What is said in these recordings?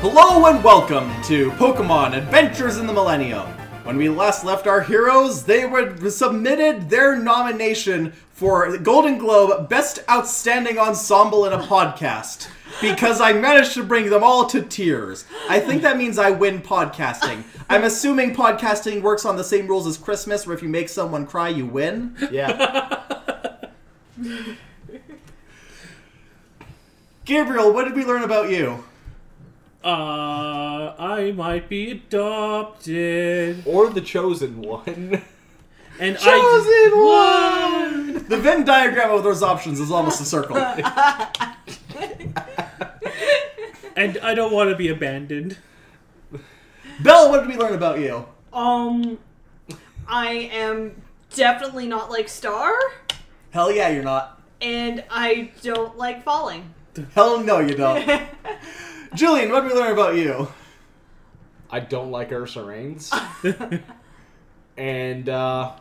Hello and welcome to Pokemon Adventures in the Millennium. When we last left our heroes, they were submitted their nomination for the Golden Globe Best Outstanding Ensemble in a Podcast because I managed to bring them all to tears. I think that means I win podcasting. I'm assuming podcasting works on the same rules as Christmas, where if you make someone cry, you win. Yeah. Gabriel, what did we learn about you? Uh, I might be adopted. or the chosen one. And Chosen I The Venn diagram of those options is almost a circle. And I don't want to be abandoned. Belle, what did we learn about you? Um, I am definitely not like Star, Hell yeah, you're not. and I don't like falling. Hell no, you don't. Julian, what did we learn about you? I don't like Ursa Reigns. and uh,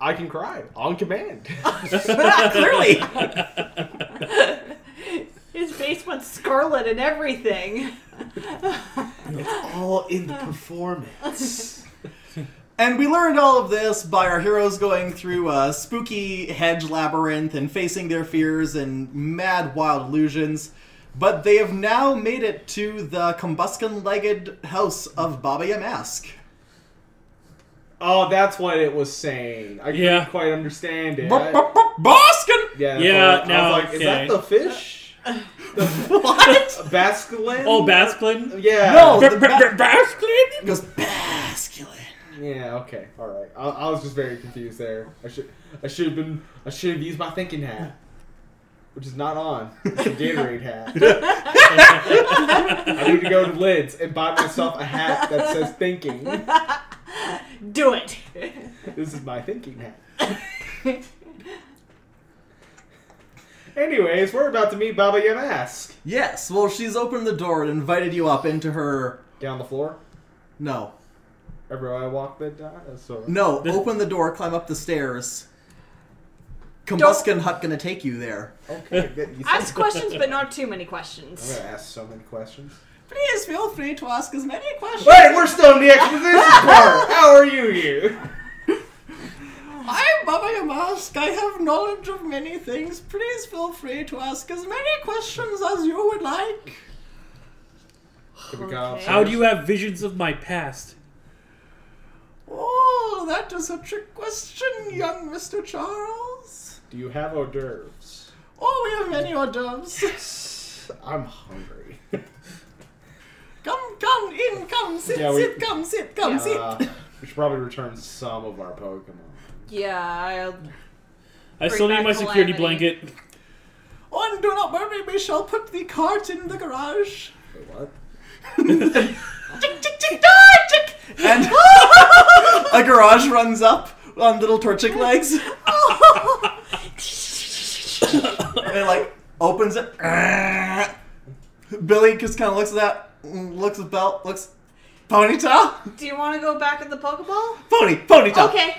I can cry on command. Clearly. His face went scarlet and everything. All in the performance. and we learned all of this by our heroes going through a spooky hedge labyrinth and facing their fears and mad wild illusions. But they have now made it to the combustion legged house of Baba Yamask. Oh, that's what it was saying. I Yeah. couldn't quite understand it. I- Baskin! yeah, that's what Yeah, I- I no, was like, is that okay. the fish? What? Basculin? Oh, Basklin? Yeah. No. Br- br- br- Basklin? Goes Basculin. Yeah. Okay. All right. I, I was just very confused there. I should. I should have been. I should have used my thinking hat, which is not on. It's a Gatorade hat. I need to go to Lids and buy myself a hat that says thinking. Do it. This is my thinking hat. Anyways, we're about to meet Baba Yamask. Yes, well, she's opened the door and invited you up into her. Down the floor. No. Everywhere I walk, that dies. So. No, open the door, climb up the stairs. Combuskin Hut gonna take you there. Okay. that- you said- Ask questions, but not too many I'm questions. gonna ask so many questions. Please feel free to ask as many questions. Wait, we're still in the exposition part. How are you here? I'm Baba Yamask. I have knowledge of many things. Please feel free to ask as many questions as you would like. Can we go upstairs? How do you have visions of my past? Oh, that is a trick question, young Mr. Charles. Do you have hors d'oeuvres? Oh, we have many hors d'oeuvres. I'm hungry. Come, come in, come sit, Yeah, we- sit, come sit, come sit. Uh, we should probably return some of our Pokemon. Yeah, I still need back my security Calamity. blanket. Oh, and do not worry, we shall put the cart in the garage. Wait, what? Tick, tick, tick, tick, tick. And a garage runs up on little Torchic legs. and it, like opens it. Billy just kind of looks at that, looks at Belt, looks. Ponytail? I'll... Do you want to go back at the Pokeball? Pony, ponytail. Okay.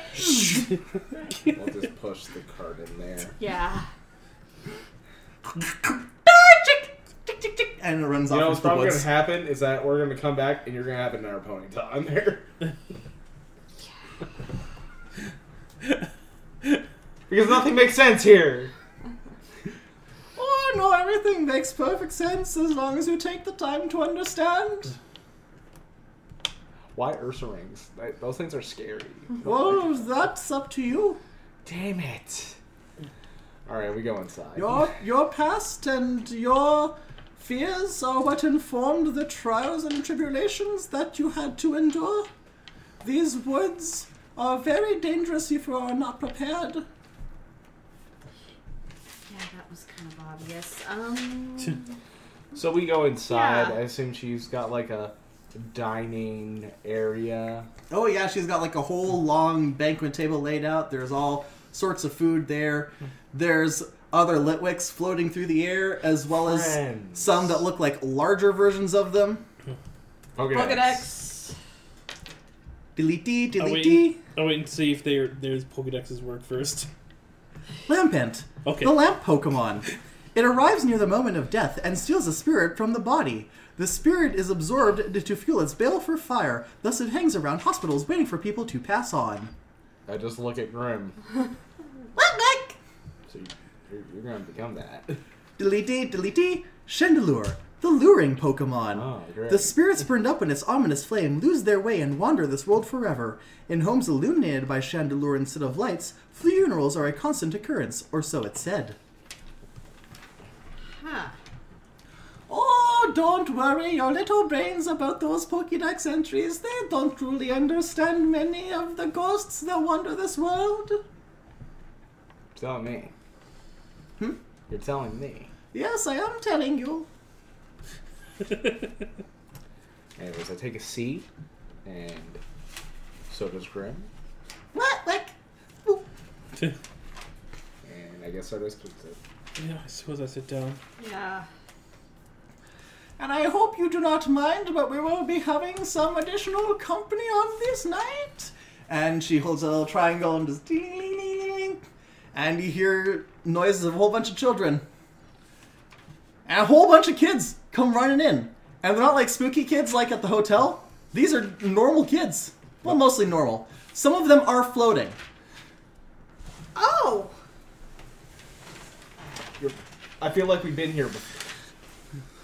We'll just push the cart in there. Yeah. Tick, tick, tick, tick, And it runs You know off what's into the probably gonna woods. happen is that we're gonna come back and you're gonna have another ponytail in there. because nothing makes sense here. Oh no, everything makes perfect sense as long as you take the time to understand. Why Ursa rings? Like, Those things are scary. Well, Oh, that's up to you. Damn it. All right, we go inside. Your your past and your Fears are what informed the trials and tribulations that you had to endure. These woods are very dangerous if you are not prepared. Yeah, that was kind of obvious. Um, So we go inside. Yeah. I assume she's got like a dining area. Oh yeah, she's got like a whole long banquet table laid out. There's all sorts of food there. There's other litwicks floating through the air, as well as Friends. some that look like larger versions of them. Okay. Pokedex. Delete, I'll delete, wait, I'll wait and see if there there's Pokedexes work first. Lampent, Okay. the lamp Pokemon. It arrives near the moment of death and steals a spirit from the body. The spirit is absorbed to fuel its bale for fire, thus it hangs around hospitals waiting for people to pass on. I just look at Grim. What So you're, you're gonna become that. Delete, delete, Chandelure, the luring Pokemon. Oh, great. The spirits burned up in its ominous flame lose their way and wander this world forever. In homes illuminated by chandelure instead of lights, funerals are a constant occurrence, or so it's said. Huh. Oh, don't worry, your little brains about those Pokédex entries, they don't truly understand many of the ghosts that wander this world. You're telling me. Hmm? You're telling me. Yes, I am telling you. Anyways, I take a seat, and so does Grim, What? Like, oop. and I guess so does Pizza. yeah, I suppose I sit down. Yeah. And I hope you do not mind, but we will be having some additional company on this night. And she holds a little triangle and just ding, ding, ding, ding, ding. And you hear noises of a whole bunch of children. And a whole bunch of kids come running in. And they're not like spooky kids like at the hotel. These are normal kids. Well, mostly normal. Some of them are floating. Oh. You're, I feel like we've been here before.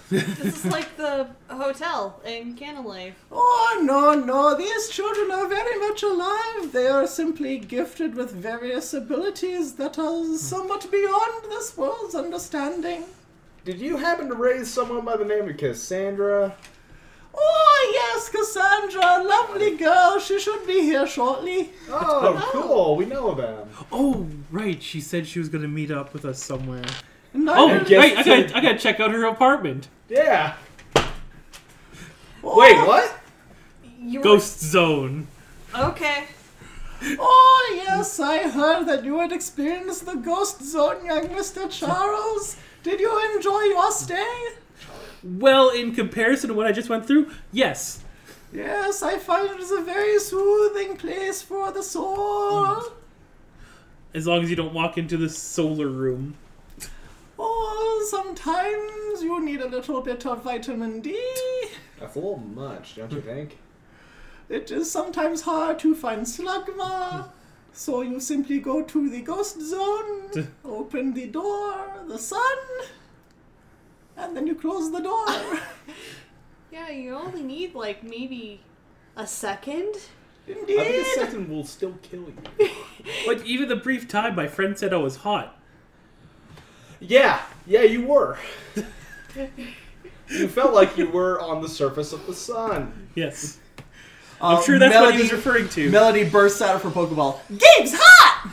This is like the hotel in Canilave. Oh, no, no, these children are very much alive. They are simply gifted with various abilities that are somewhat beyond this world's understanding. Did you happen to raise someone by the name of Cassandra? Oh, yes, Cassandra, lovely girl. She should be here shortly. Oh, cool. We know them. Oh, right. She said she was going to meet up with us somewhere. And I Oh, will- guess wait, I so. gotta, I gotta check out her apartment. Yeah. oh, Wait, what? You were- Ghost Zone. Okay. Oh, yes, I heard that you had experienced the ghost zone, young Mr. Charles. Did you enjoy your stay? Well, in comparison to what I just went through, yes. Yes, I find it is a very soothing place for the soul. As long as you don't walk into the solar room. Oh, sometimes you need a little bit of vitamin D. That's a little much, don't you think? It is sometimes hard to find slugma, so you simply go to the ghost zone, open the door, the sun, and then you close the door. Yeah, you only need like maybe a second. I think a Indeed. second will still kill you. But even the brief time, my friend said I was hot. Yeah, yeah, you were. you felt like you were on the surface of the sun. Yes. I'm sure that's what he was referring to. Melody bursts out of her Pokeball. Gabe's hot!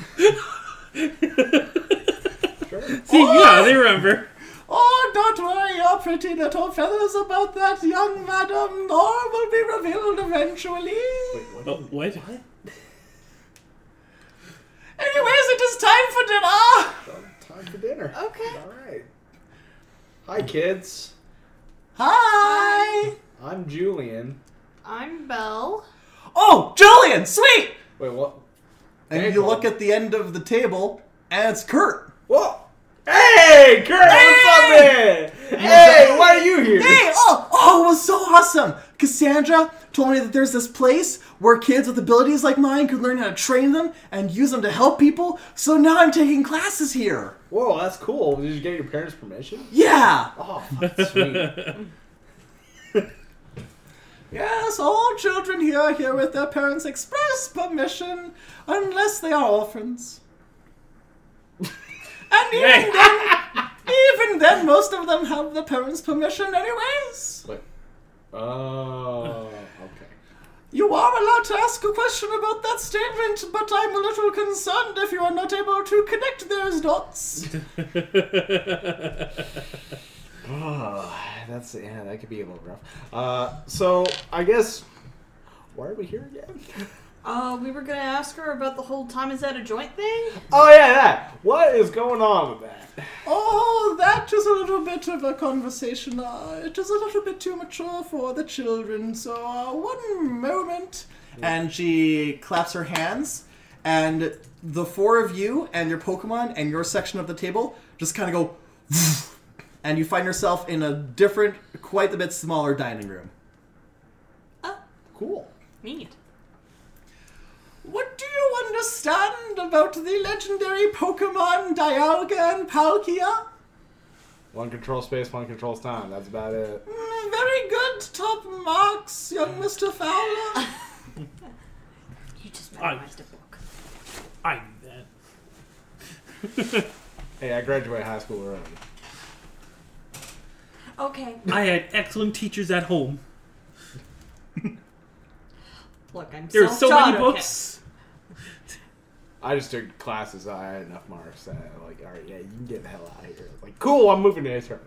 Sure. See, yeah, they remember. Oh, don't worry your pretty little feathers about that young madam. All will be revealed eventually. Oh, what? Anyways, it is time for dinner. Um, Time for dinner. Okay. All right. Hi, kids. Hi. I'm Julian. I'm Belle. Oh, Julian, sweet. Wait, what? And Hey, you Bob. look at the end of the table, and it's Kurt. What? Hey, Kurt, what's up, man? Hey, why are you here? Hey, oh, oh, it was so awesome. Cassandra told me that there's this place where kids with abilities like mine could learn how to train them and use them to help people. So now I'm taking classes here. Whoa, that's cool. Did you get your parents' permission? Yeah. Oh, that's sweet. Yes, all children here are here with their parents' express permission, unless they are orphans. And even Hey. then, even even then, most of them have the parents' permission, anyways. Wait. Oh. Okay. You are allowed to ask a question about that statement, but I'm a little concerned if you are not able to connect those dots. Oh, that's yeah. That could be a little rough. Uh, so I guess why are we here again? Uh, we were gonna ask her about the whole time is that a joint thing? Oh yeah, that. What is going on with that? Oh, that is a little bit of a conversation. Uh, it is a little bit too mature for the children, so uh, one moment. And she claps her hands, and the four of you and your Pokemon and your section of the table just kind of go, and you find yourself in a different, quite a bit smaller dining room. Oh, Cool. neat. What do you understand about the legendary Pokemon Dialga and Palkia? One controls space, one controls time. That's about it. Mm, Very good top marks, young Mr. Fowler. You just I- memorized a book. I knew that. Hey, I graduated high school early. Okay, I had excellent teachers at home. look, I'm There are so self-taught, many okay. books. I just took classes. that I had enough marks that I like, all right, yeah, you can get the hell out of here. Like, cool. I'm moving to Arizona.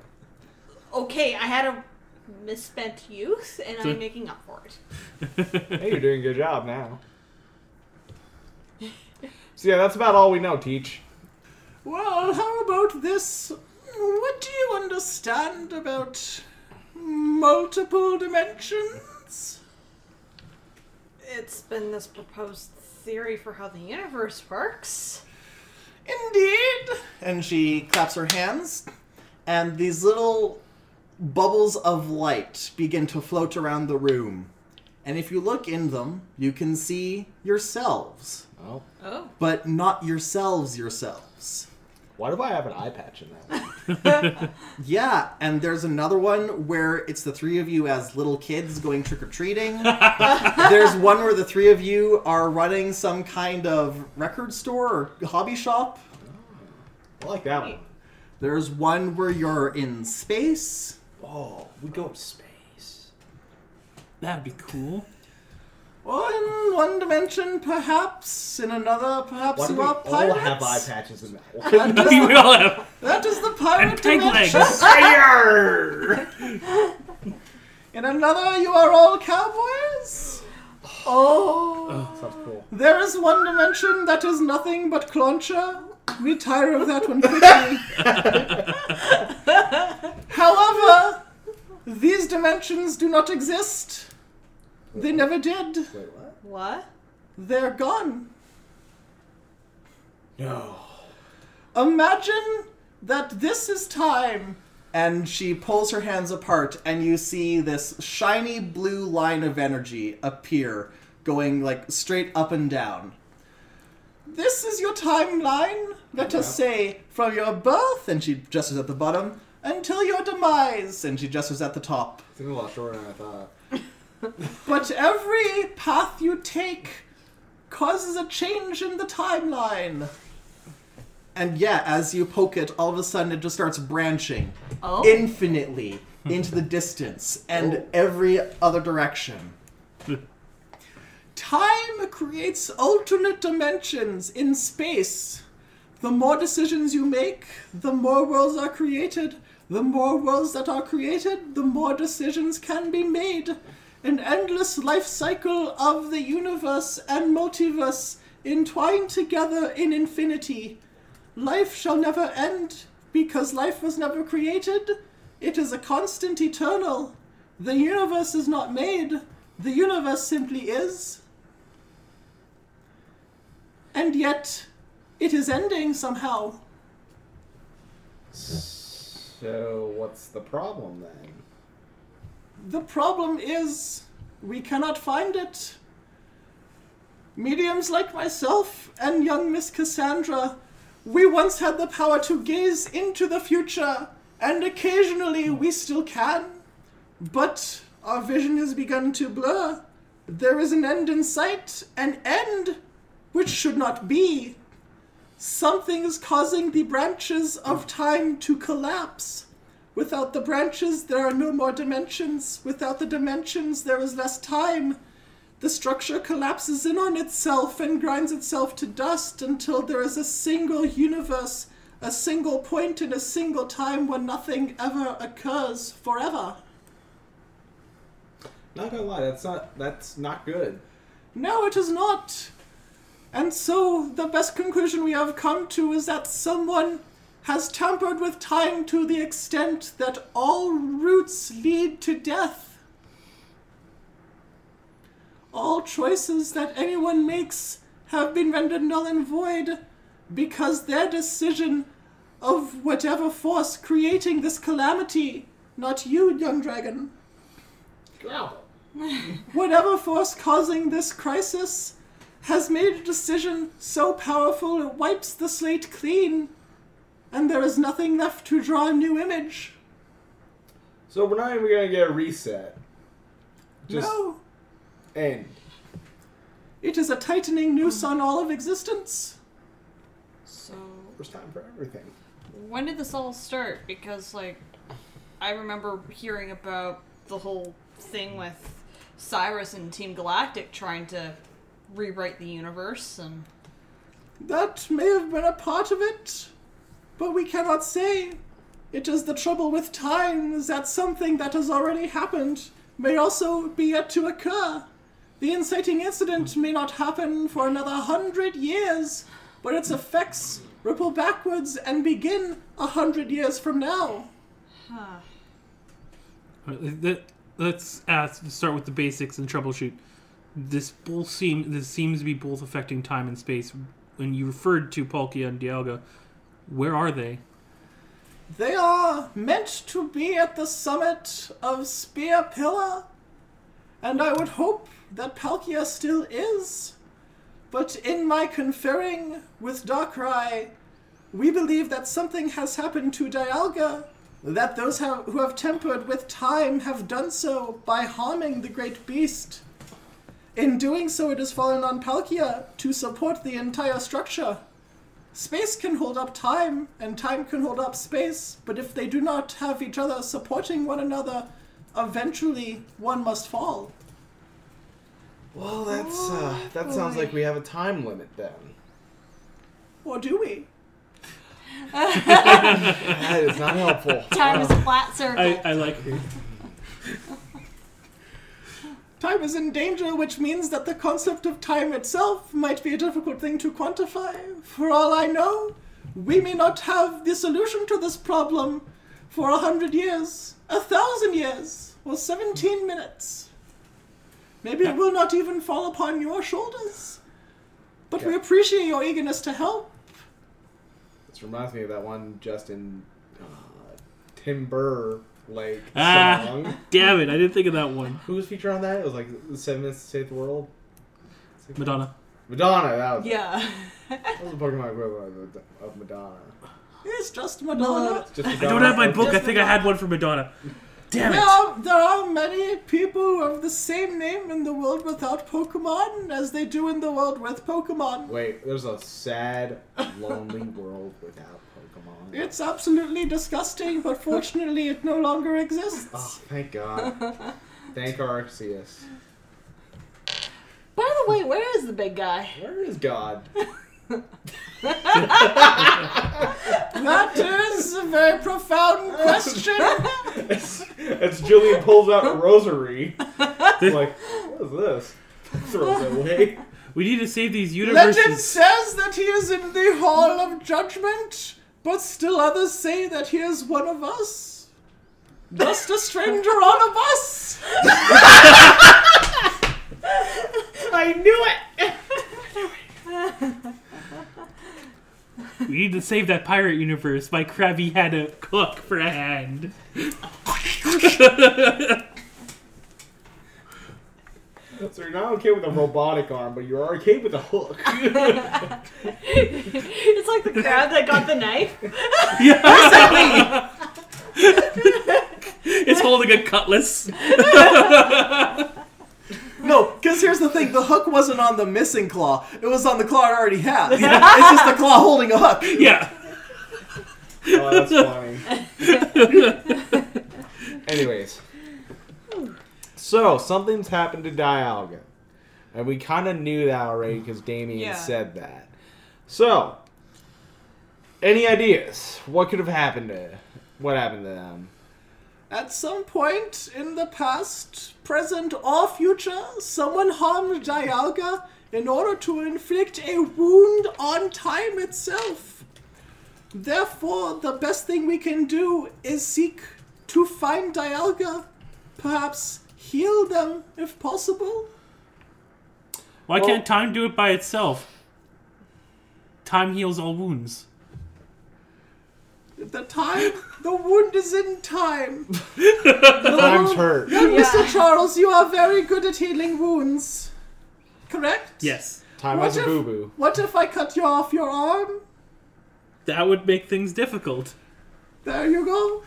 Okay, I had a misspent youth, and So- I'm making up for it. Hey, you're doing a good job now. So yeah, that's about all we know. Teach. well, how about this? What do you understand about multiple dimensions? It's been this proposed theory for how the universe works. Indeed. And she claps her hands, and these little bubbles of light begin to float around the room. And if you look in them, you can see yourselves, Oh, Oh. but not yourselves yourselves. why do I have an eye patch in that? one? Yeah, and there's another one where it's the three of you as little kids going trick or treating. there's one where the three of you are running some kind of record store or hobby shop. I like that one. There's one where you're in space. Oh, we go to space. That'd be cool. Or in one dimension, perhaps. In another, perhaps Why do you we are all pirates. have eye patches in that? we all have That is the and pirate peg legs. dimension. Fire! In another, you are all cowboys. Uh. Oh. Sounds cool. There is one dimension that is nothing but Clauncher. We tire of that one quickly. However, these dimensions do not exist. They never did. Wait, what? What? They're gone. No. Imagine that this is time. And she pulls her hands apart, and you see this shiny blue line of energy appear, going like straight up and down. This is your timeline, let us say, from your birth, and she gestures at the bottom, until your demise, and she gestures at the top. It's a lot shorter than I thought. But every path you take causes a change in the timeline. And yeah, as you poke it, all of a sudden it just starts branching Oh. infinitely into the distance and every other direction. Time creates alternate dimensions in space. The more decisions you make, the more worlds are created. The more worlds that are created, the more decisions can be made. An endless life cycle of the universe and multiverse entwined together in infinity. Life shall never end because life was never created. It is a constant eternal. The universe is not made, the universe simply is. And yet, it is ending somehow. So, what's the problem then? The problem is, we cannot find it. Mediums like myself and young Miss Cassandra, we once had the power to gaze into the future, and occasionally we still can. But our vision has begun to blur. There is an end in sight, an end which should not be. Something's causing the branches of time to collapse. Without the branches, there are no more dimensions. Without the dimensions, there is less time. The structure collapses in on itself and grinds itself to dust until there is a single universe, a single point in a single time when nothing ever occurs forever. Not gonna lie, that's not that's not good. No, it is not. And so the best conclusion we have come to is that someone has tampered with time to the extent that all routes lead to death. All choices that anyone makes have been rendered null and void because their decision of whatever force creating this calamity, not you, young dragon whatever force causing this crisis has made a decision so powerful it wipes the slate clean, and there is nothing left to draw a new image. So we're not even gonna get a reset. Just no, end. it is a tightening noose on all of existence. So, First time for everything. when did this all start? Because, like, I remember hearing about the whole thing with Cyrus and Team Galactic trying to rewrite the universe, and That may have been a part of it, but we cannot say. It is the trouble with time is that something that has already happened may also be yet to occur. The inciting incident may not happen for another hundred years, but its effects ripple backwards and begin a hundred years from now. huh. Alright, let- Let's uh, start with the basics and troubleshoot. This both seem this seems to be both affecting time and space. When you referred to Palkia and Dialga, where are they? They are meant to be at the summit of Spear Pillar, and I would hope that Palkia still is. But in my conferring with Darkrai, we believe that something has happened to Dialga, that those have, who have tempered with time have done so by harming the great beast. In doing so, it has fallen on Palkia to support the entire structure. Space can hold up time, and time can hold up space, but if they do not have each other supporting one another, eventually one must fall. Well, that's uh, that sounds like we have a time limit then. Or do we? That is not helpful. Time is a flat circle. I, I like her. Time is in danger, which means that the concept of time itself might be a difficult thing to quantify. For all I know, we may not have the solution to this problem for a hundred years, a thousand years, or seventeen minutes. Maybe it will not even fall upon your shoulders. But we Yeah. appreciate your eagerness to help. This reminds me of that one Justin uh, Timber Lake Ah. song. Damn it! I didn't think of that one. Who was featured on that? It was like Seven Minutes to Save the World. Madonna. Madonna. That was, yeah. that was the Pokemon equivalent of- of Madonna. It's just Madonna. Just I don't have my Madonna. book. I think I had one for Madonna. Damn There it! are, there are many people of the same name in the world without Pokemon as they do in the world with Pokemon. Wait, there's a sad, lonely world without Pokemon. It's absolutely disgusting, but fortunately it no longer Oh, exists. thank God. Thank Arceus. By the way, where is the big guy? Where is God? That is a very profound question. As, as Julian pulls out a rosary, it's like, what is this? Throws it away. We need to save these Legend universes. says that he is in the Hall of Judgment, but still others say that he is one of us. Just a stranger on a bus! I knew it! We need to save that pirate universe. My Krabby had a hook for a hand. So you're not okay with a robotic arm, but you're okay with a hook. it's like the crab that got the knife. Yeah. it's holding a cutlass. no, because here's the thing: the hook wasn't on the missing claw; it was on the claw I already had. it's just the claw holding a hook. Yeah. Oh, that's funny. Anyways. So, something's happened to Dialga. And we kind of knew that already because Damien Yeah. said that. So, any ideas? What could have happened to. What happened to them? At some point in the past, present, or future, someone harmed Dialga in order to inflict a wound on time itself. Therefore, the best thing we can do is seek to find Dialga, perhaps heal them if possible. Why can't time do it by itself? Time heals all wounds. The time, the wound is in time. Time's hurt. Mr. Charles, you are very good at healing wounds. Correct? Yes. Time What has a if- boo boo. What if I cut you off your arm? That would make things difficult. There you go.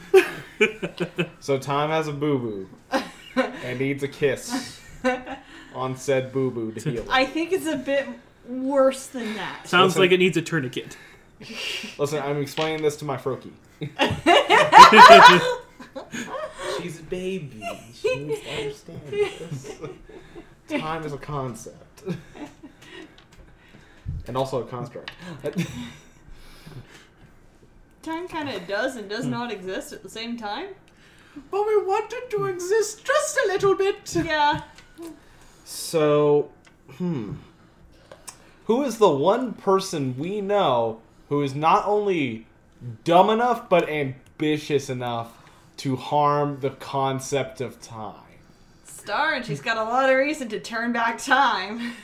So, Time has a boo boo. and needs a kiss on said boo boo to heal. it. I think it's a bit worse than that. Sounds Listen. like it needs a tourniquet. Listen, I'm explaining this to my Froki. She's a baby. She needs to understand this. Time is a concept. and also a construct. Time kind of does and does not exist at the same time. But we want it to exist just a little bit. Yeah. So, hmm. Who is the one person we know who is not only dumb enough but ambitious enough to harm the concept of time? Star, and she's got a lot of reason to turn back time.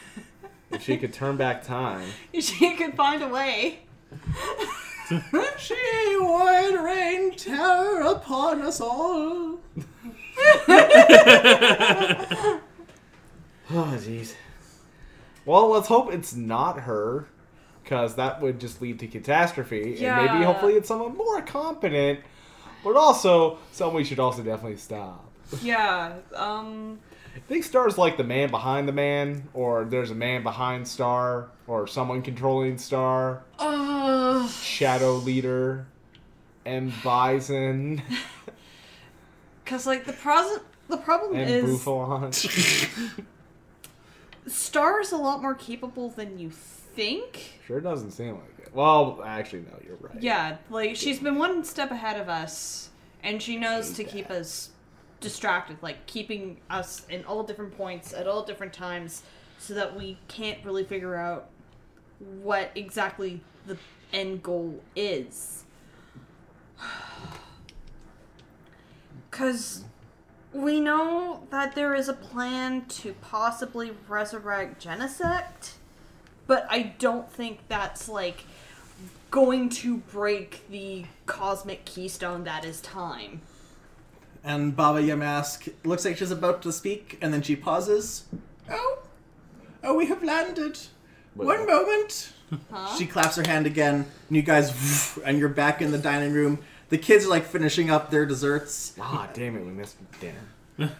If she could turn back time. If she could find a way. She would rain terror upon us all. Oh, jeez. Well, let's hope it's not her, because that would just lead to catastrophe. And maybe Yeah. hopefully it's someone more competent, but also someone we should also definitely stop. Yeah. Um. I think Star's like the man behind the man, or there's a man behind Star, or someone controlling Star, Uh, Shadow Leader, M. Bison, Cause like the pros- the problem and is Buffon. Star is a lot more capable than you think. sure doesn't seem like it. Well, actually, no, you're right. Yeah, like she's been one step ahead of us, and she knows to keep us distracted, like keeping us in all different points at all different times, so that we can't really figure out what exactly the end goal is. Because we know that there is a plan to possibly resurrect Genesect, but I don't think that's like going to break the cosmic keystone that is time. And Baba Yamask looks like she's about to speak, and then she pauses. Oh, oh, we have landed. One uh, moment. Huh? She claps her hand again, and you guys, and you're back in the dining room. The kids are like finishing up their desserts. Ah, damn it, we missed dinner.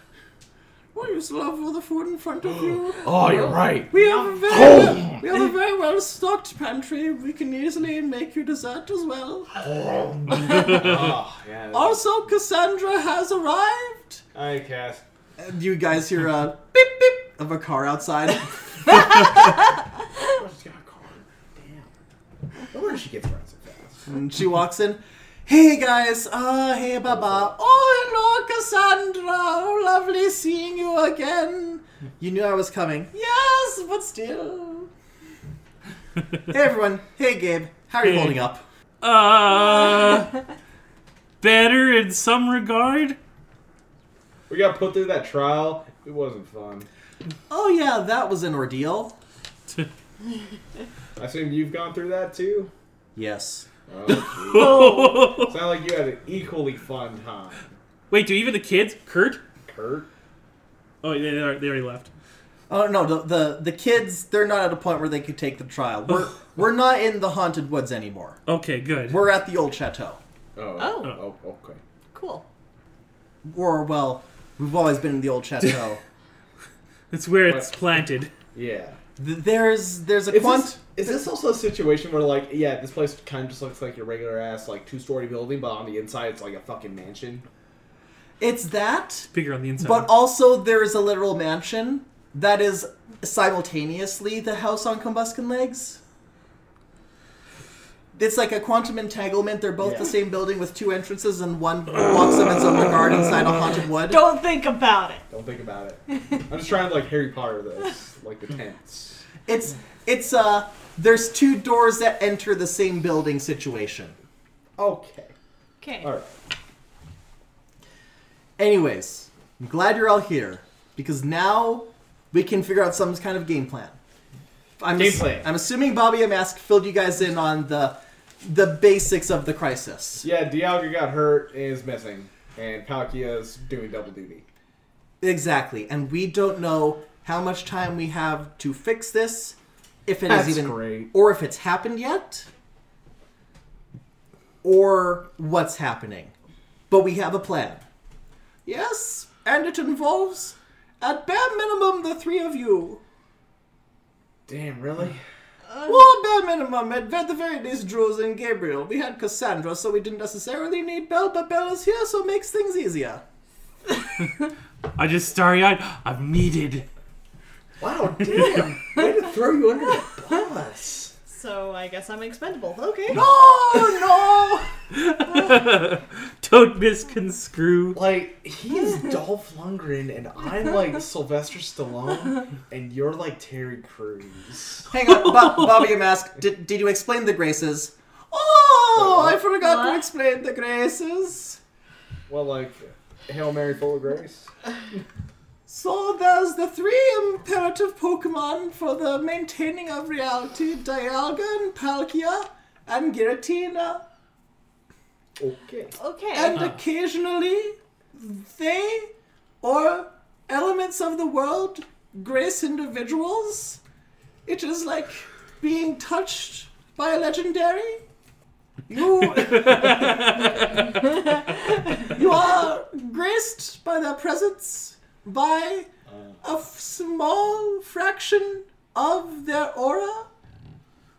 Well, you still have all the food in front of you. Oh, you're right. We have a very, we have a very well stocked pantry. We can easily make you dessert as well. Oh, yeah. that's- Also, Cassandra has arrived. I cast. And you guys hear a beep beep of a car outside. Oh, she's got a car. Damn. No wonder she gets around so fast. and she walks in. Hey guys, uh, hey Baba. Oh, hello Cassandra. Oh, lovely seeing you again. You knew I was coming. Yes, but still. hey everyone. Hey Gabe. How are you Hey. holding up? Uh, better in some regard. We got put through that trial. It wasn't fun. Oh yeah, that was an ordeal. I assume you've gone through that too. Yes. Oh, geez. Sound like you had an equally fun time, Wait, do even the kids? Kurt? Kurt. Oh, yeah, they, are, they already left. Oh no, the, the the kids they're not at a point where they could take the trial. We're we're not in the haunted woods anymore. Okay, good. We're at the old chateau. Oh. Oh. Oh. Okay. Cool. Or well, we've always been in the old chateau. It's where it's planted. Yeah. Th- There's there's a Is quant. this, is this also a situation where, like, yeah, this place kind of just looks like your regular ass, like, two story building, but on the inside it's like a fucking mansion? It's that, Bigger on the inside. but also there is a literal mansion that is simultaneously the house on combustion legs. It's like a quantum entanglement. They're both the Yeah. same building with two entrances, and one walks in its own regard inside a haunted wood. Don't think about it. Don't think about it. I'm just trying to, like, Harry Potter those, like, the tents. It's it's uh there's two doors that enter the same building situation. Okay. Okay. Alright. Anyways, I'm glad you're all here because now we can figure out some kind of game plan. I'm Game plan. I'm assuming Bobby and Mask filled you guys in on the the basics of the crisis. Yeah, Dialga got hurt and is missing, and Palkia's doing double duty. Exactly, and we don't know how much time we have to fix this, if it is That's even, great. or if it's happened yet, or what's happening. But we have a plan. Yes, and it involves, at bare minimum, the three of you. Damn, really? Well, at bare minimum, at ve- the very least, Jules and Gabriel. We had Cassandra, so we didn't necessarily need Belle, but Belle is here, so it makes things easier. I just starry eyed. I'm needed. Wow, damn! Way to throw you under the bus! So I guess I'm expendable. Okay. Oh, Don't misconstrue. Like, he's Dolph Lundgren, and I'm like Sylvester Stallone, and you're like Terry Crews. no! Hang on, Bo- Bobby and Mask, did, did you explain the graces? Oh, I forgot to What? explain the graces. Well, like, Hail Mary full of grace. So there's the three imperative Pokemon for the maintaining of reality, Dialga and Palkia and Giratina. Okay. Okay. and occasionally they or elements of the world grace individuals. It is like being touched by a legendary. You, you are graced by their presence, by Uh, a f- small fraction of their aura.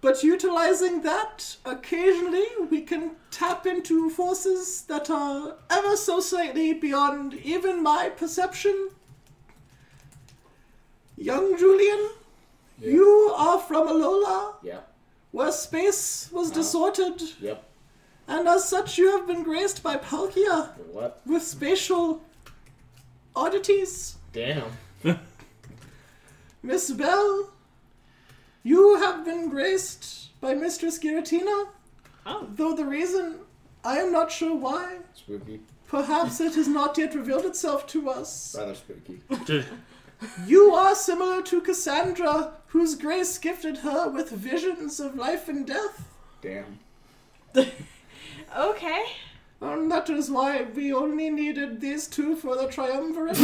But utilizing that, occasionally we can tap into forces that are ever so slightly beyond even my perception. Young Julian, you are from Alola, Yep. where space was disordered, Yep. and as such you have been graced by Palkia What? with spatial oddities. Damn. Miss Bell, you have been graced by Mistress Giratina. Oh. Though the reason I am not sure why, Spooky. perhaps it has not yet revealed itself to us. Rather spooky. Just- You are similar to Cassandra, whose grace gifted her with visions of life and death. Damn. Okay. And Um, that is why we only needed these two for the triumvirate.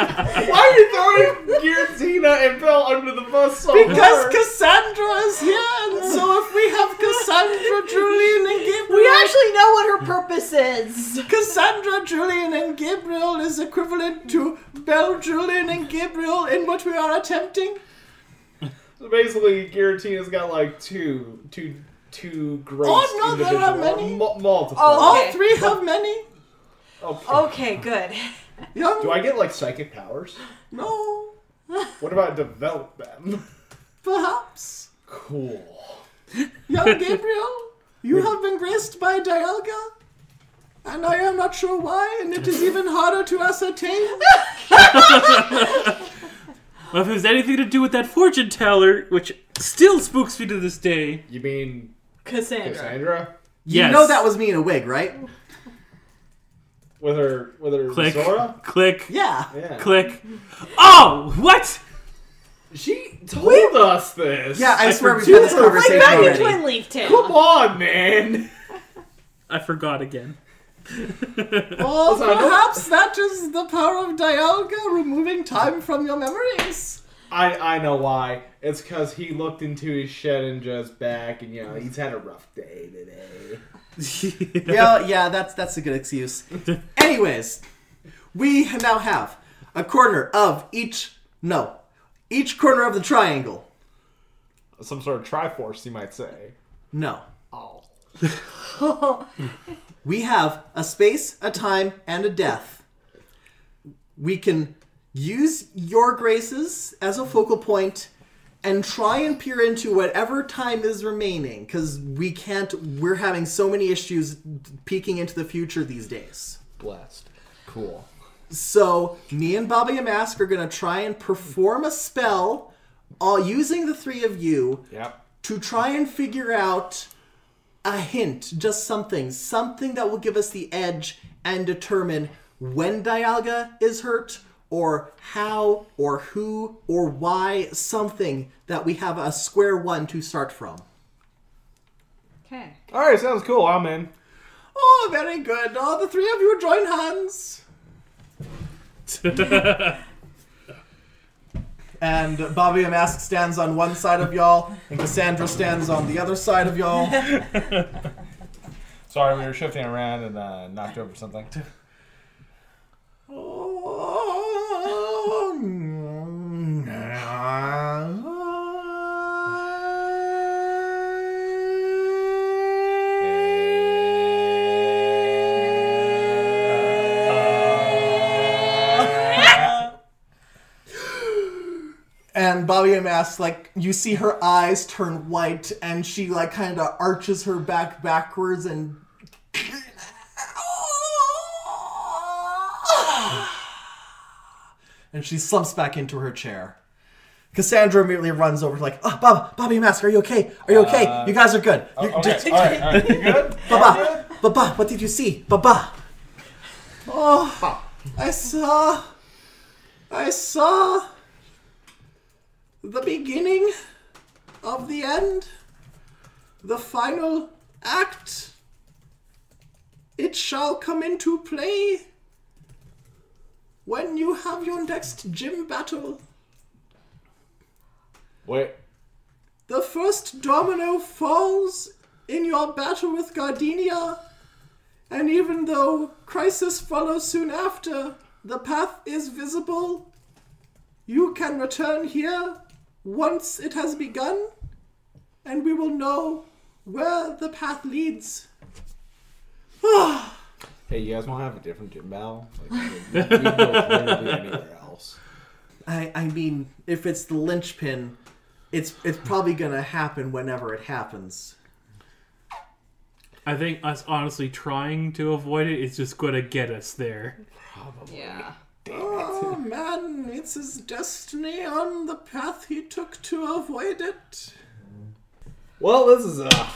Why are you throwing Giratina and Bell under the bus so because hard? Cassandra is here, and so if we have Cassandra, Julian, and Gabriel. We actually know what her purpose is. Cassandra, Julian, and Gabriel is equivalent to Belle, Julian, and Gabriel in what we are attempting. So basically, Giratina's got like two, two, two great. Oh, no, there are individual- many. oh. Mul- multiple. Oh, All Okay. three have many. Okay. Okay, good. Young, Do I get like psychic powers? no, What about develop them? perhaps. Cool. Young Gabriel, you have been graced by Dialga, and I am not sure why, and it is even harder to ascertain. well, if it was anything to do with that fortune teller, which still spooks me to this day. You mean Cassandra. Cassandra Yes. was me in a wig, right? with her with her click, Zora? click, Yeah. Yeah. click. Oh, what? She told us this. swear we've had this Like conversation back in Twin Leaf Come Town. on, man. I forgot again. Or Listen, I know- perhaps that is the power of Dialga removing time from your memories. I I know why. It's because he looked into his shed and just back, and you know he's had a rough day today. yeah, yeah, that's that's a good excuse. Anyways, we now have a corner of each no, each corner of the triangle. Some sort of triforce, you might say. No. Oh. We have a space, a time, and a death. We can use your graces as a focal point and try and peer into whatever time is remaining because we can't, we're having so many issues peeking into the future these days. Blessed. Cool. So, me and Baba Yamask are going to try and perform a spell all using the three of you Yep. to try and figure out a hint, just something, something that will give us the edge and determine when Dialga is hurt, or how, or who, or why, something that we have a square one to start from. Okay. All right, sounds cool. I'm in. Oh, very good. Oh, the three of you join hands. and Bobby Mask stands on one side of y'all, and Cassandra stands on the other side of y'all. Sorry, we were shifting around and uh, knocked over something. And Bobby M asks, like, you see her eyes turn white, and she like kind of arches her back backwards and. And she slumps back into her chair. Cassandra immediately runs over, like, "Oh, Bob, Bobby Mask, are you okay? Are you okay? you guys are good. You're- Okay, all right, all right. You good? Baba, Baba, what did you see? Baba. Oh, I saw. I saw. The beginning of the end. The final act. It shall come into play when you have your next gym battle. Wait. The first domino falls in your battle with Gardenia, and even though crisis follows soon after, the path is visible. You can return here once it has begun, and we will know where the path leads. Hey, you guys want to have a different gym battle? Like, we, we can go literally anywhere else. I, I mean, if it's the linchpin, it's it's probably gonna happen whenever it happens. I think us honestly trying to avoid it is just going to get us there. Yeah. Oh man, it's his destiny on the path he took to avoid it. Well, this is uh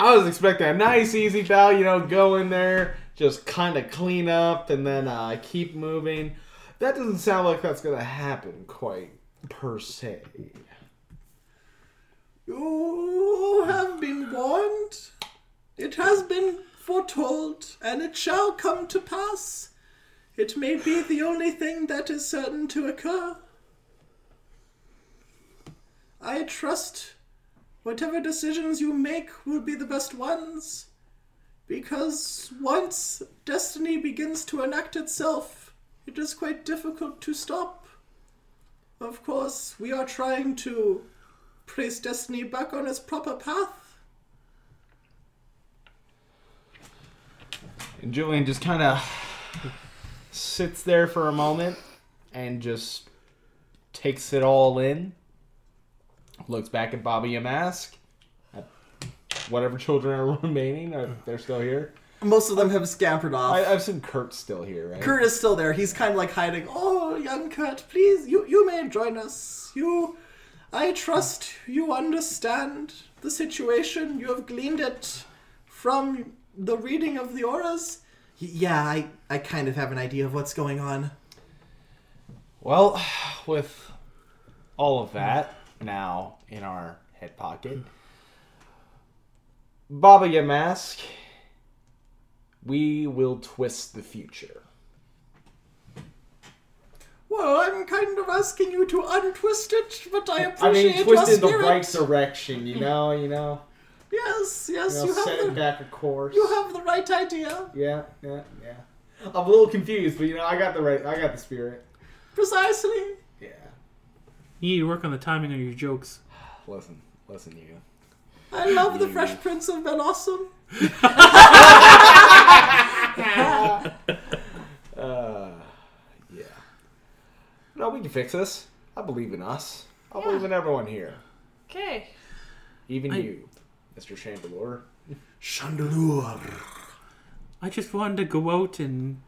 I was expecting a nice easy bow, you know, go in there, just kind of clean up and then uh keep moving. That doesn't sound like that's going to happen quite per se. You have been warned. It has been foretold, and it shall come to pass. It may be the only thing that is certain to occur. I trust whatever decisions you make will be the best ones, because once destiny begins to enact itself, it is quite difficult to stop. Of course, we are trying to place destiny back on its proper path. And Julian just kind of sits there for a moment and just takes it all in. Looks back at Bobby and Mask. at Whatever children are remaining, uh, they're still here. Most of them have scampered off. I, I've seen Kurt still here, right? Kurt is still there. He's kind of like hiding. Oh, young Kurt, please, you you may join us. You, I trust you understand the situation. You have gleaned it from the reading of the auras. Y- Yeah, I I kind of have an idea of what's going on. Well, with all of that now in our head pocket, Baba Yamask, we will twist the future. Well, I'm kind of asking you to untwist it, but I I appreciate mean, twist your in the spirit. right direction, you know, you know, yes, yes, you you, know, have setting the, back a course. you have the right idea. Yeah, yeah, yeah. I'm a little confused, but you know, I got the right, I got the spirit. Precisely. Yeah. You need to work on the timing of your jokes. Listen, listen, you. I love the Fresh Prince of Bel Awesome. Uh, yeah. No, we can fix this. I believe in us. I Yeah. believe in everyone here, Okay. even I- you, Mr. Chandelure. Chandelure. I just wanted to go out and,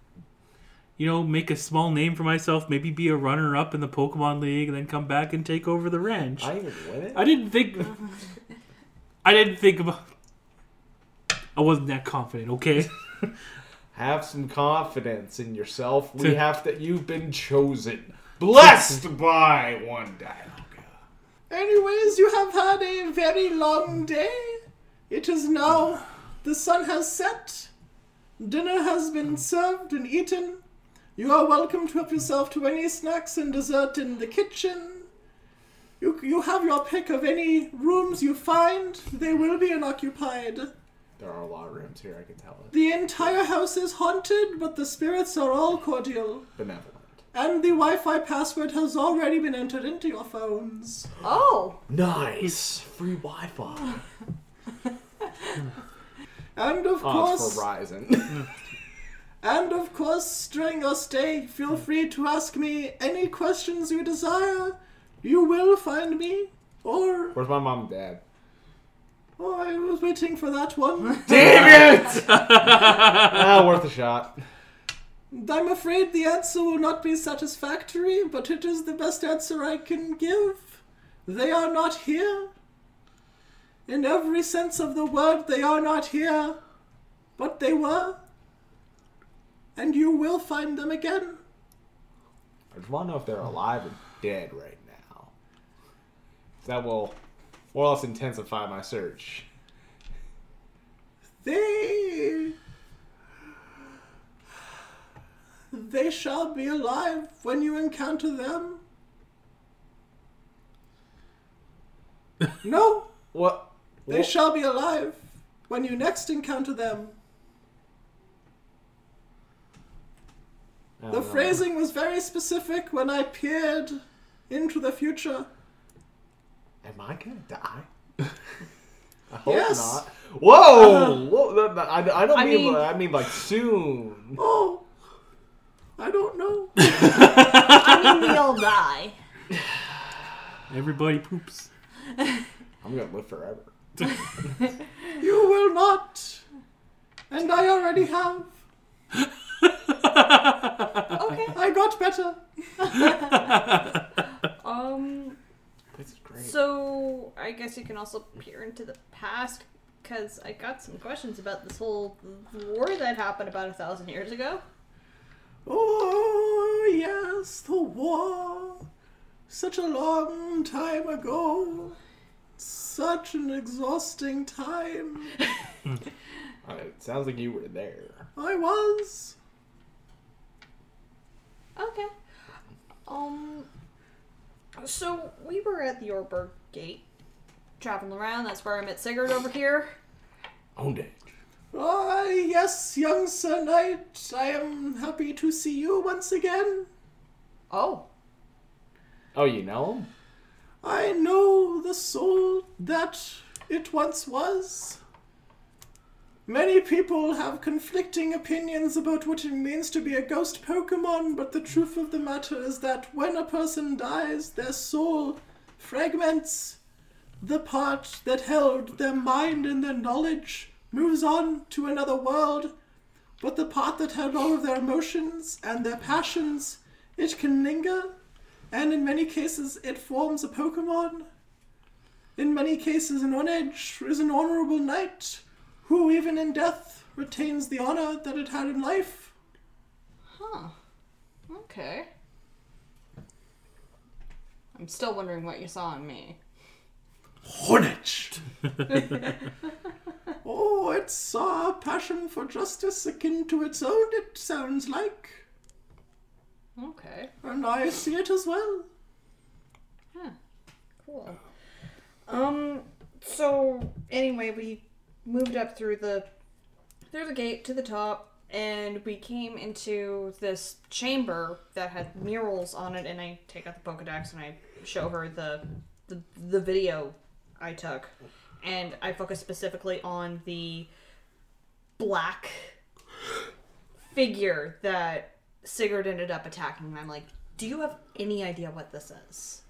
you know, make a small name for myself, maybe be a runner up in the Pokemon League, and then come back and take over the ranch. I even win it. I didn't think. I didn't think about. I wasn't that confident, okay? Have some confidence in yourself. We To- have that. You've been chosen, blessed by one Dialga. Anyways, you have had a very long day. It is now. The sun has set. Dinner has been served and eaten. You are welcome to help yourself to any snacks and dessert in the kitchen. You, you have your pick of any rooms you find. They will be unoccupied. There are a lot of rooms here. I can tell it. The entire house is haunted, but the spirits are all cordial. Benevolent. And the Wi Fi password has already been entered into your phones. Oh. Nice Oh, free Wi-Fi. And of Oh, course. it's Verizon. And of course, during your stay, feel Hmm. free to ask me any questions you desire. You will find me. Or, Where's my mom and dad? oh, I was waiting for that one. Damn it! ah, worth a shot. I'm afraid the answer will not be satisfactory, but it is the best answer I can give. They are not here. In every sense of the word, they are not here. But they were. And you will find them again. I just want to know if they're alive or dead right now. That will more or less intensify my search. They. They shall be alive when you encounter them. No, What? they shall be alive when you next encounter them. The phrasing was very specific when I peered into the future. Am I gonna die? I hope Yes. not. Whoa! Whoa that- that- Uh-huh. I, I don't I mean, mean- like, I mean like soon. Oh, I don't know. I mean, we all die. Everybody poops. I'm gonna live forever. You will not. And I already have. Okay. I got better. Um. This is great. So I guess you can also peer into the past because I got some questions about this whole war that happened about a thousand years ago. Oh, yes, the war. Such a long time ago. Such an exhausting time. Uh, it sounds like you were there. I was. Okay. Um. So we were at the Orberg Gate, traveling around. That's where I met Sigurd over here. Owned it. Ah, yes, young Sir Knight, I am happy to see you once again. Oh. Oh, you know him? I know the soul that it once was. Many people have conflicting opinions about what it means to be a ghost Pokemon, but the truth of the matter is that when a person dies, their soul fragments. The part that held their mind and their knowledge moves on to another world, but the part that held all of their emotions and their passions, it can linger and in many cases it forms a Pokemon. In many cases, an Onedge is an honorable knight who, even in death, retains the honor that it had in life. Huh. Okay. I'm still wondering what you saw in me. Honedge! oh, it's a passion for justice akin to its own, it sounds like. Okay. And I see it as well. Cool. Um. So anyway, we moved up through the through the gate to the top. and we came into this chamber that had murals on it. And I take out the Pokedex and I show her the the, the video I took, and I focus specifically on the black figure that Sigurd ended up attacking. And I'm like, do you have any idea what this is?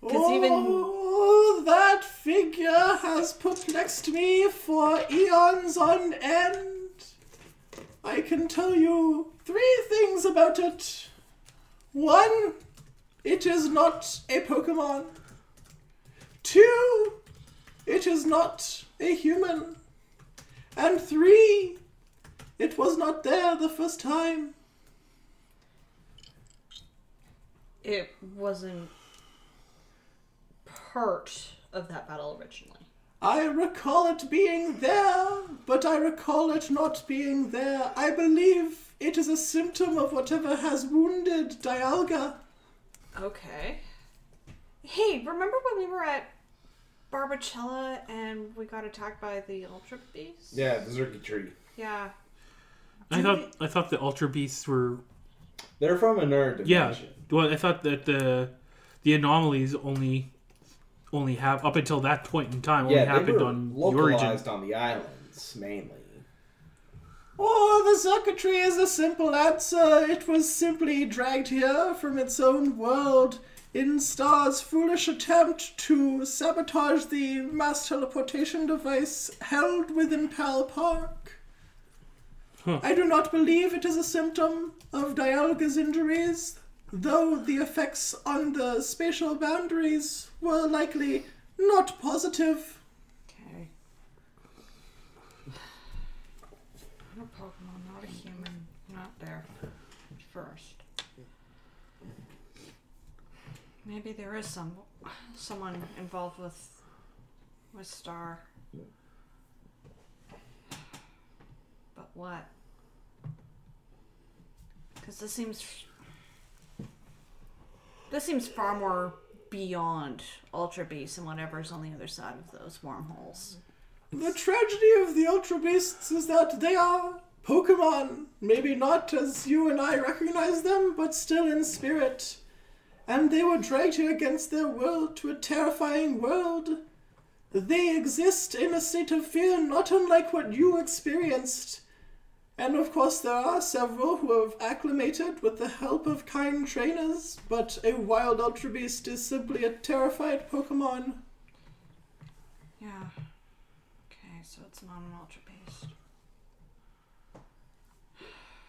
Because even Oh, that figure has perplexed me for eons on end. I can tell you three things about it. One, it is not a Pokemon. Two, it is not a human. And three, it was not there the first time. it wasn't part of that battle originally. I recall it being there, but I recall it not being there. I believe it is a symptom of whatever has wounded Dialga. Okay. Hey, remember when we were at Barbacella and we got attacked by the Ultra Beast? Yeah, the Zerky tree. Yeah. I thought I thought the Ultra Beasts were They're from a nerd yeah. dimension. Well, I thought that the the anomalies only only have up until that point in time only Yeah, they happened were on the origin. localized on the islands mainly. Oh, the circuitry is a simple answer. It was simply dragged here from its own world in Star's foolish attempt to sabotage the mass teleportation device held within Pal Park. I do not believe it is a symptom of Dialga's injuries, though the effects on the spatial boundaries were likely not positive. Okay. I'm a Pokemon, not a human. Not there. First. Maybe there is some someone involved with with Star. But what? Because this seems this seems far more beyond Ultra Beast and whatever's on the other side of those wormholes. The tragedy of the Ultra Beasts is that they are Pokemon. Maybe not as you and I recognize them, but still in spirit. And they were dragged here against their will to a terrifying world. They exist in a state of fear not unlike what you experienced. And of course, there are several who have acclimated with the help of kind trainers, but a wild Ultra Beast is simply a terrified Pokemon. Yeah. Okay, so it's not an ultra beast.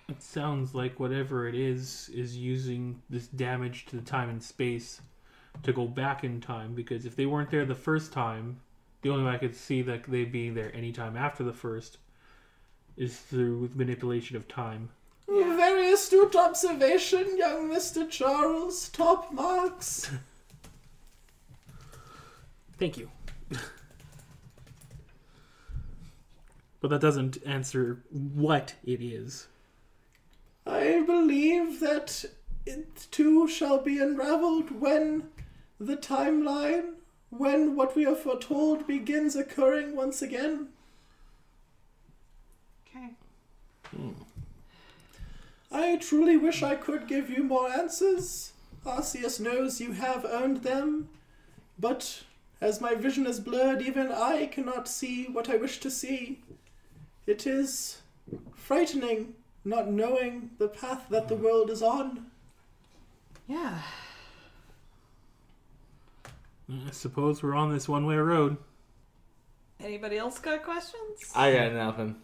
It sounds like whatever it is is using this damage to the time and space to go back in time because if they weren't there the first time, the only way I could see that they being there any time after the first is through manipulation of time. Yeah. Very astute observation, young Mr. Charles. Top marks. Thank you. but that doesn't answer what it is. I believe that it too shall be unraveled when the timeline, when what we are foretold begins occurring once again. Okay. I truly wish I could give you more answers. Arceus knows you have earned them, but as my vision is blurred, even I cannot see what I wish to see. It is frightening not knowing the path that the world is on. Yeah. I suppose we're on this one way road. Anybody else got questions? I got nothing.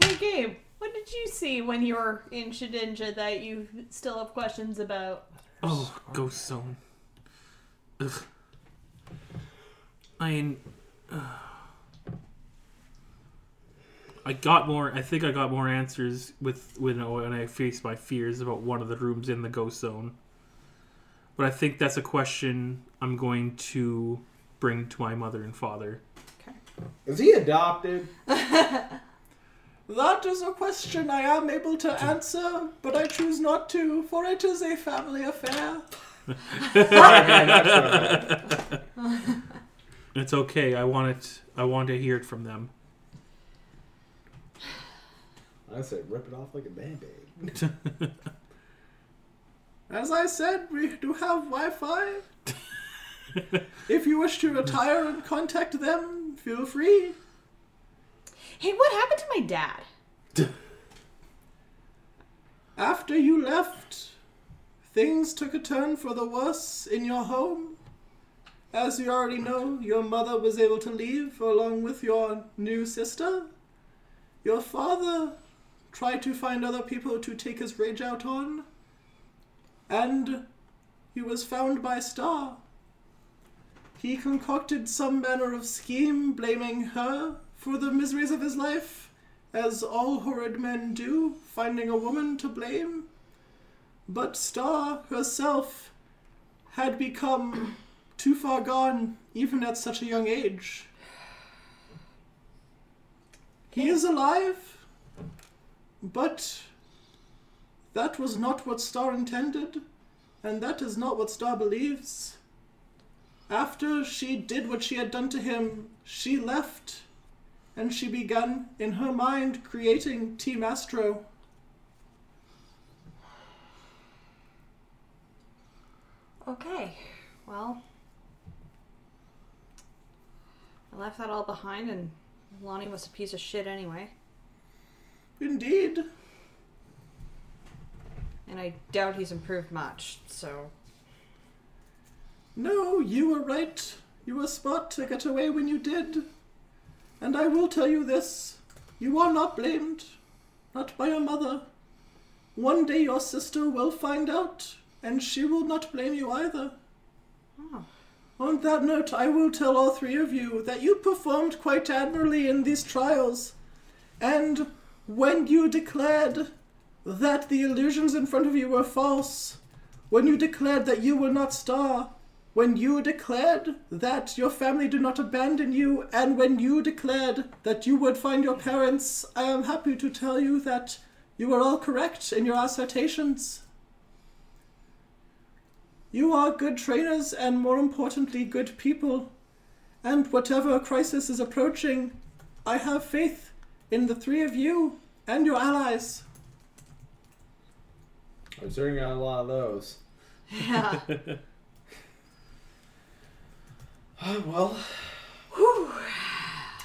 Hey, Gabe, what did you see when you were in Shedinja that you still have questions about? Oh, Ghost Zone. Ugh. I mean, I got more. I think I got more answers with when when I faced my fears about one of the rooms in the Ghost Zone. But I think that's a question I'm going to bring to my mother and father. Okay. Is he adopted? That is a question I am able to answer, but I choose not to, for it is a family affair. Okay, that's all right. It's okay. I want it. I want to hear it from them. I say rip it off like a band aid. As I said, we do have Wi Fi. if you wish to retire and contact them, feel free. Hey, what happened to my dad? After you left, things took a turn for the worse in your home. As you already know, your mother was able to leave along with your new sister. Your father tried to find other people to take his rage out on, and he was found by Star. He concocted some manner of scheme blaming her for the miseries of his life, as all horrid men do, finding a woman to blame. But Star herself had become too far gone, even at such a young age. He is alive, but that was not what Star intended, and that is not what Star believes. After she did what she had done to him, she left, and she began, in her mind, creating Team Astro. Okay, well, I left that all behind, and Lonnie was a piece of shit anyway. Indeed. And I doubt he's improved much, so. No, you were right. You were smart to get away when you did. And I will tell you this you are not blamed. Not by your mother. One day your sister will find out, and she will not blame you either. Oh. On that note, I will tell all three of you that you performed quite admirably in these trials. And when you declared that the illusions in front of you were false, when you declared that you were not Star, when you declared that your family did not abandon you, and when you declared that you would find your parents, I am happy to tell you that you were all correct in your assertions. You are good trainers and, more importantly, good people. And whatever crisis is approaching, I have faith in the three of you and your allies. I'm certainly got a lot of those. Yeah. Ah, well, Whew.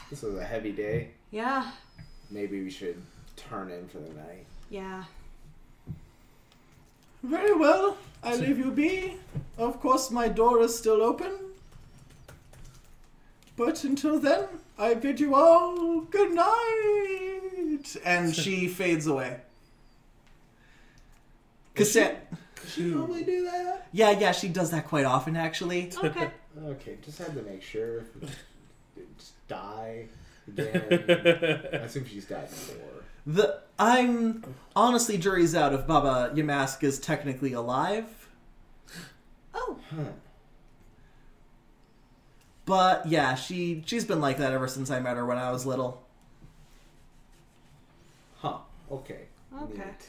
this was a heavy day. Yeah. Maybe we should turn in for the night. Yeah. Very well, I leave you be. Of course, my door is still open. But until then, I bid you all good night. And she fades away. Cassette. Should probably do that. Yeah, yeah, she does that quite often, actually. Okay. Okay, just had to make sure. Just die again. I assume she's died before. The I'm honestly jury's out if Baba Yamask is technically alive. Oh. Huh. But yeah, she she's been like that ever since I met her when I was little. Huh. Okay. Okay. Neat.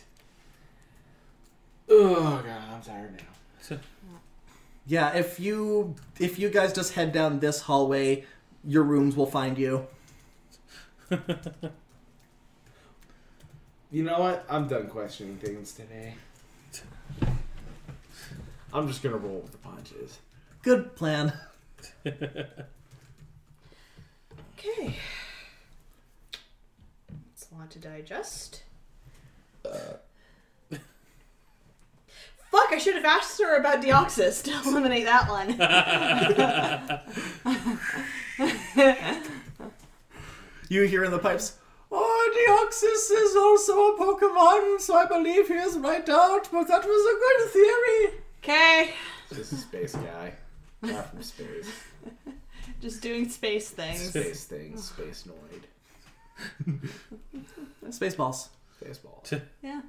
Oh god, I'm tired now. Yeah, if you if you guys just head down this hallway, your rooms will find you. You know what? I'm done questioning things today. I'm just gonna roll with the punches. Good plan. Okay. It's a lot to digest. Fuck, I should have asked her about Deoxys to eliminate that one. You hear in the pipes, Oh, Deoxys is also a Pokemon, so I believe he is right out, but that was a good theory. Okay. This is space guy. Guy from space. Just doing space things. Space thing. Space noid. Spaceballs. Space ball. Yeah.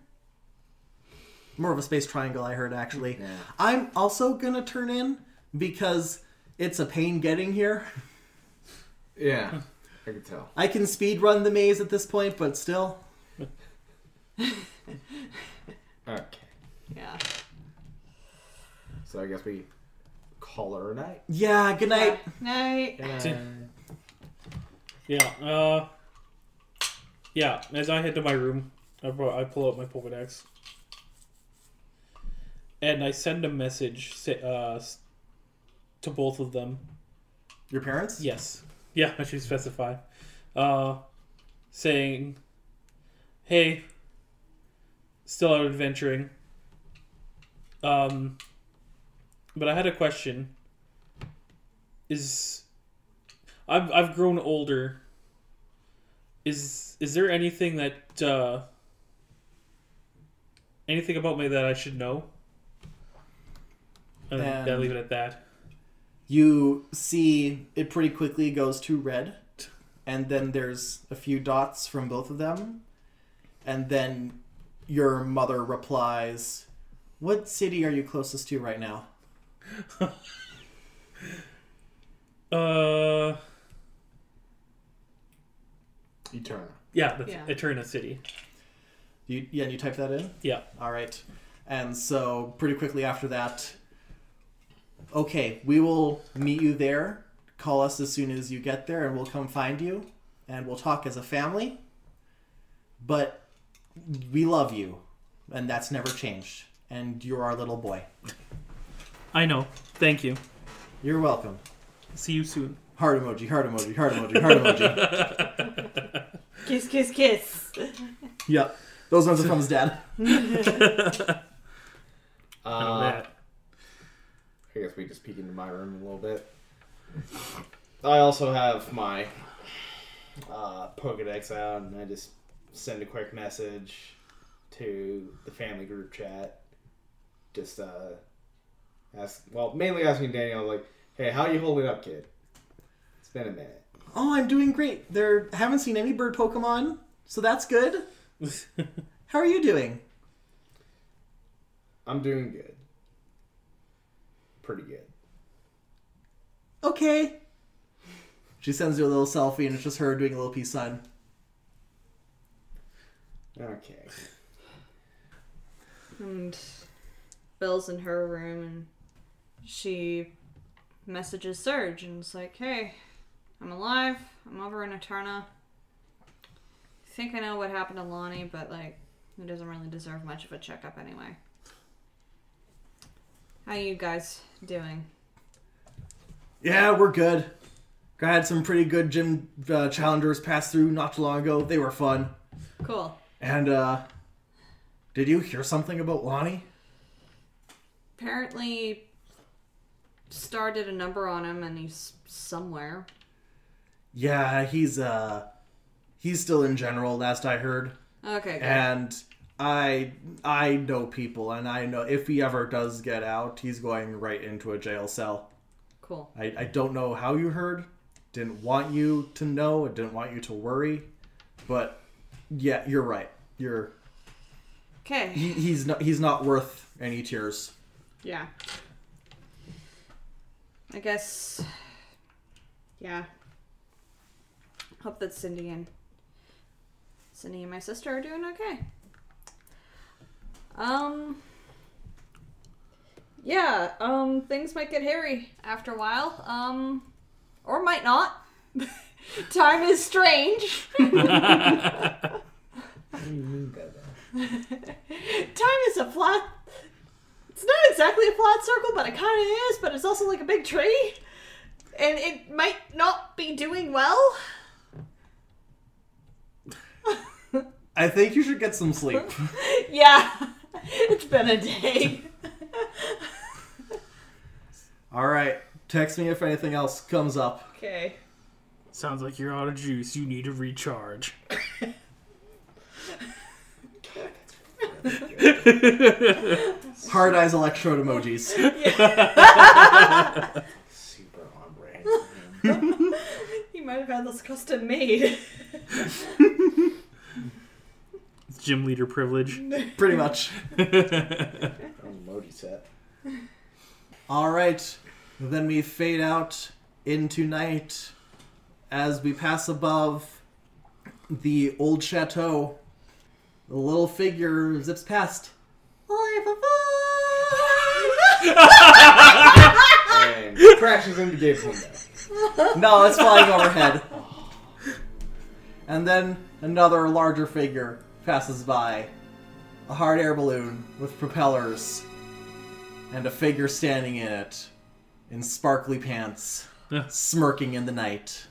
More of a space triangle, I heard, actually. Yeah. I'm also gonna turn in because it's a pain getting here. Yeah. I can tell. I can speed run the maze at this point, but still. Okay. Yeah. So I guess we call her a night. Yeah, good night. Night. Yeah. Uh, yeah. As I head to my room, I, brought, I pull out my Pokedex. And I send a message say, uh, s- to both of them. Your parents? Yes. Yeah, I should specify. Uh, saying, hey, still out adventuring. Um, but I had a question. Is I've I've grown older. Is is there anything that uh, anything about me that I should know? And I Um, leave it at that. You see it pretty quickly goes to red, and then there's a few dots from both of them, and then your mother replies, "What city are you closest to right now?" Uh. Eterna. Yeah, that's Yeah. Eterna City. You yeah, and you type that in. Yeah. All right. And so, pretty quickly after that, okay, we will meet you there. Call us as soon as you get there, and we'll come find you, and we'll talk as a family. But we love you, and that's never changed. And you're our little boy. I know. Thank you. You're welcome. See you soon. Heart emoji, heart emoji, heart emoji, heart emoji. Kiss, kiss, kiss. Yep. Those ones are from his dad. Uh, that. I guess we just peek into my room a little bit. I also have my uh, Pokedex out, and I just send a quick message to the family group chat. Just uh, ask, well, mainly asking Daniel, like, "Hey, how you holding up, kid? It's been a minute." Oh, I'm doing great. There haven't seen any bird Pokemon, so that's good. How are you doing? I'm doing good, pretty good. okay. She sends you a little selfie, and it's just her doing a little peace sign. Okay. And Bill's in her room and she messages Serge and is like, hey, I'm alive. I'm over in Eterna. I think I know what happened to Lonnie, but like, it doesn't really deserve much of a checkup anyway. How you guys doing? Yeah, we're good. I had some pretty good gym uh, challengers pass through not too long ago. They were fun. Cool. And uh, did you hear something about Lonnie? Apparently, Star did a number on him and he's somewhere. Yeah, he's uh, he's still in general. Last I heard. Okay, good. and I I know people, and I know if he ever does get out, he's going right into a jail cell. cool. I, I don't know how you heard. Didn't want you to know. I didn't want you to worry. But yeah, you're right. You're Okay. he, he's not he's not worth any tears. Yeah. I guess. Yeah. Hope that Cindy and Cindy and my sister are doing okay. Um. Yeah. Um. Things might get hairy after a while. Um. Or might not. Time is strange. Time is a flat. It's not exactly a flat circle, but it kind of is. But it's also like a big tree, and it might not be doing well. I think you should get some sleep. Yeah, it's been a day. All right. Text me if anything else comes up. okay. Sounds like you're out of juice. You need to recharge. Hard eyes electrode emojis. Super on brand. You might have had this custom made. It's gym leader privilege. Pretty much. on the Modi set. All right. Then we fade out into night as we pass above the old chateau. The little figure zips past. Life of And crashes into Gabe's window. No, it's flying overhead. And then another larger figure passes by. A hard air balloon with propellers and a figure standing in it in sparkly pants, Yeah. smirking in the night.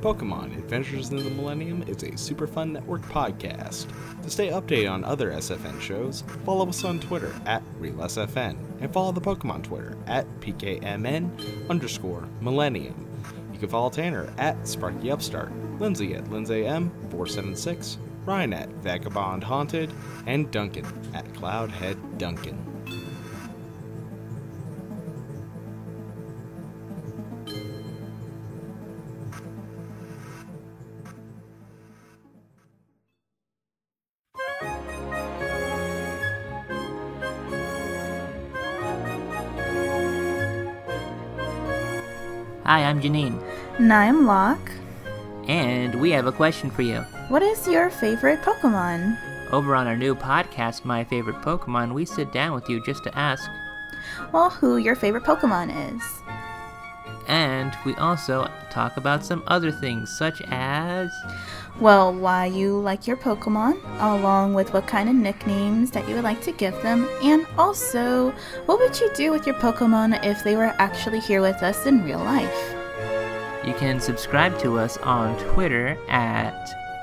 Pokemon Adventures in the Millennium is a Superfund Network podcast. To stay updated on other SFN shows, follow us on Twitter at RealSFN and follow the Pokemon Twitter at PKMN underscore Millennium. You can follow Tanner at SparkyUpstart, Lindsay at LindsayM476, Ryan at Vagabond Haunted, and Duncan at Cloudhead Duncan. Hi, I'm Janine, And I'm Locke. and we have a question for you. What is your favorite Pokemon? Over on our new podcast, My Favorite Pokemon, we sit down with you just to ask, Well, who your favorite Pokemon is. and we also talk about some other things, such as. Well, why you like your Pokemon, along with what kind of nicknames that you would like to give them, and also, what would you do with your Pokemon if they were actually here with us in real life? You can subscribe to us on Twitter at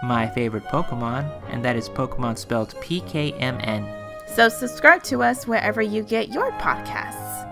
My Favorite Pokemon, and that is Pokemon spelled PKMN. So, subscribe to us wherever you get your podcasts.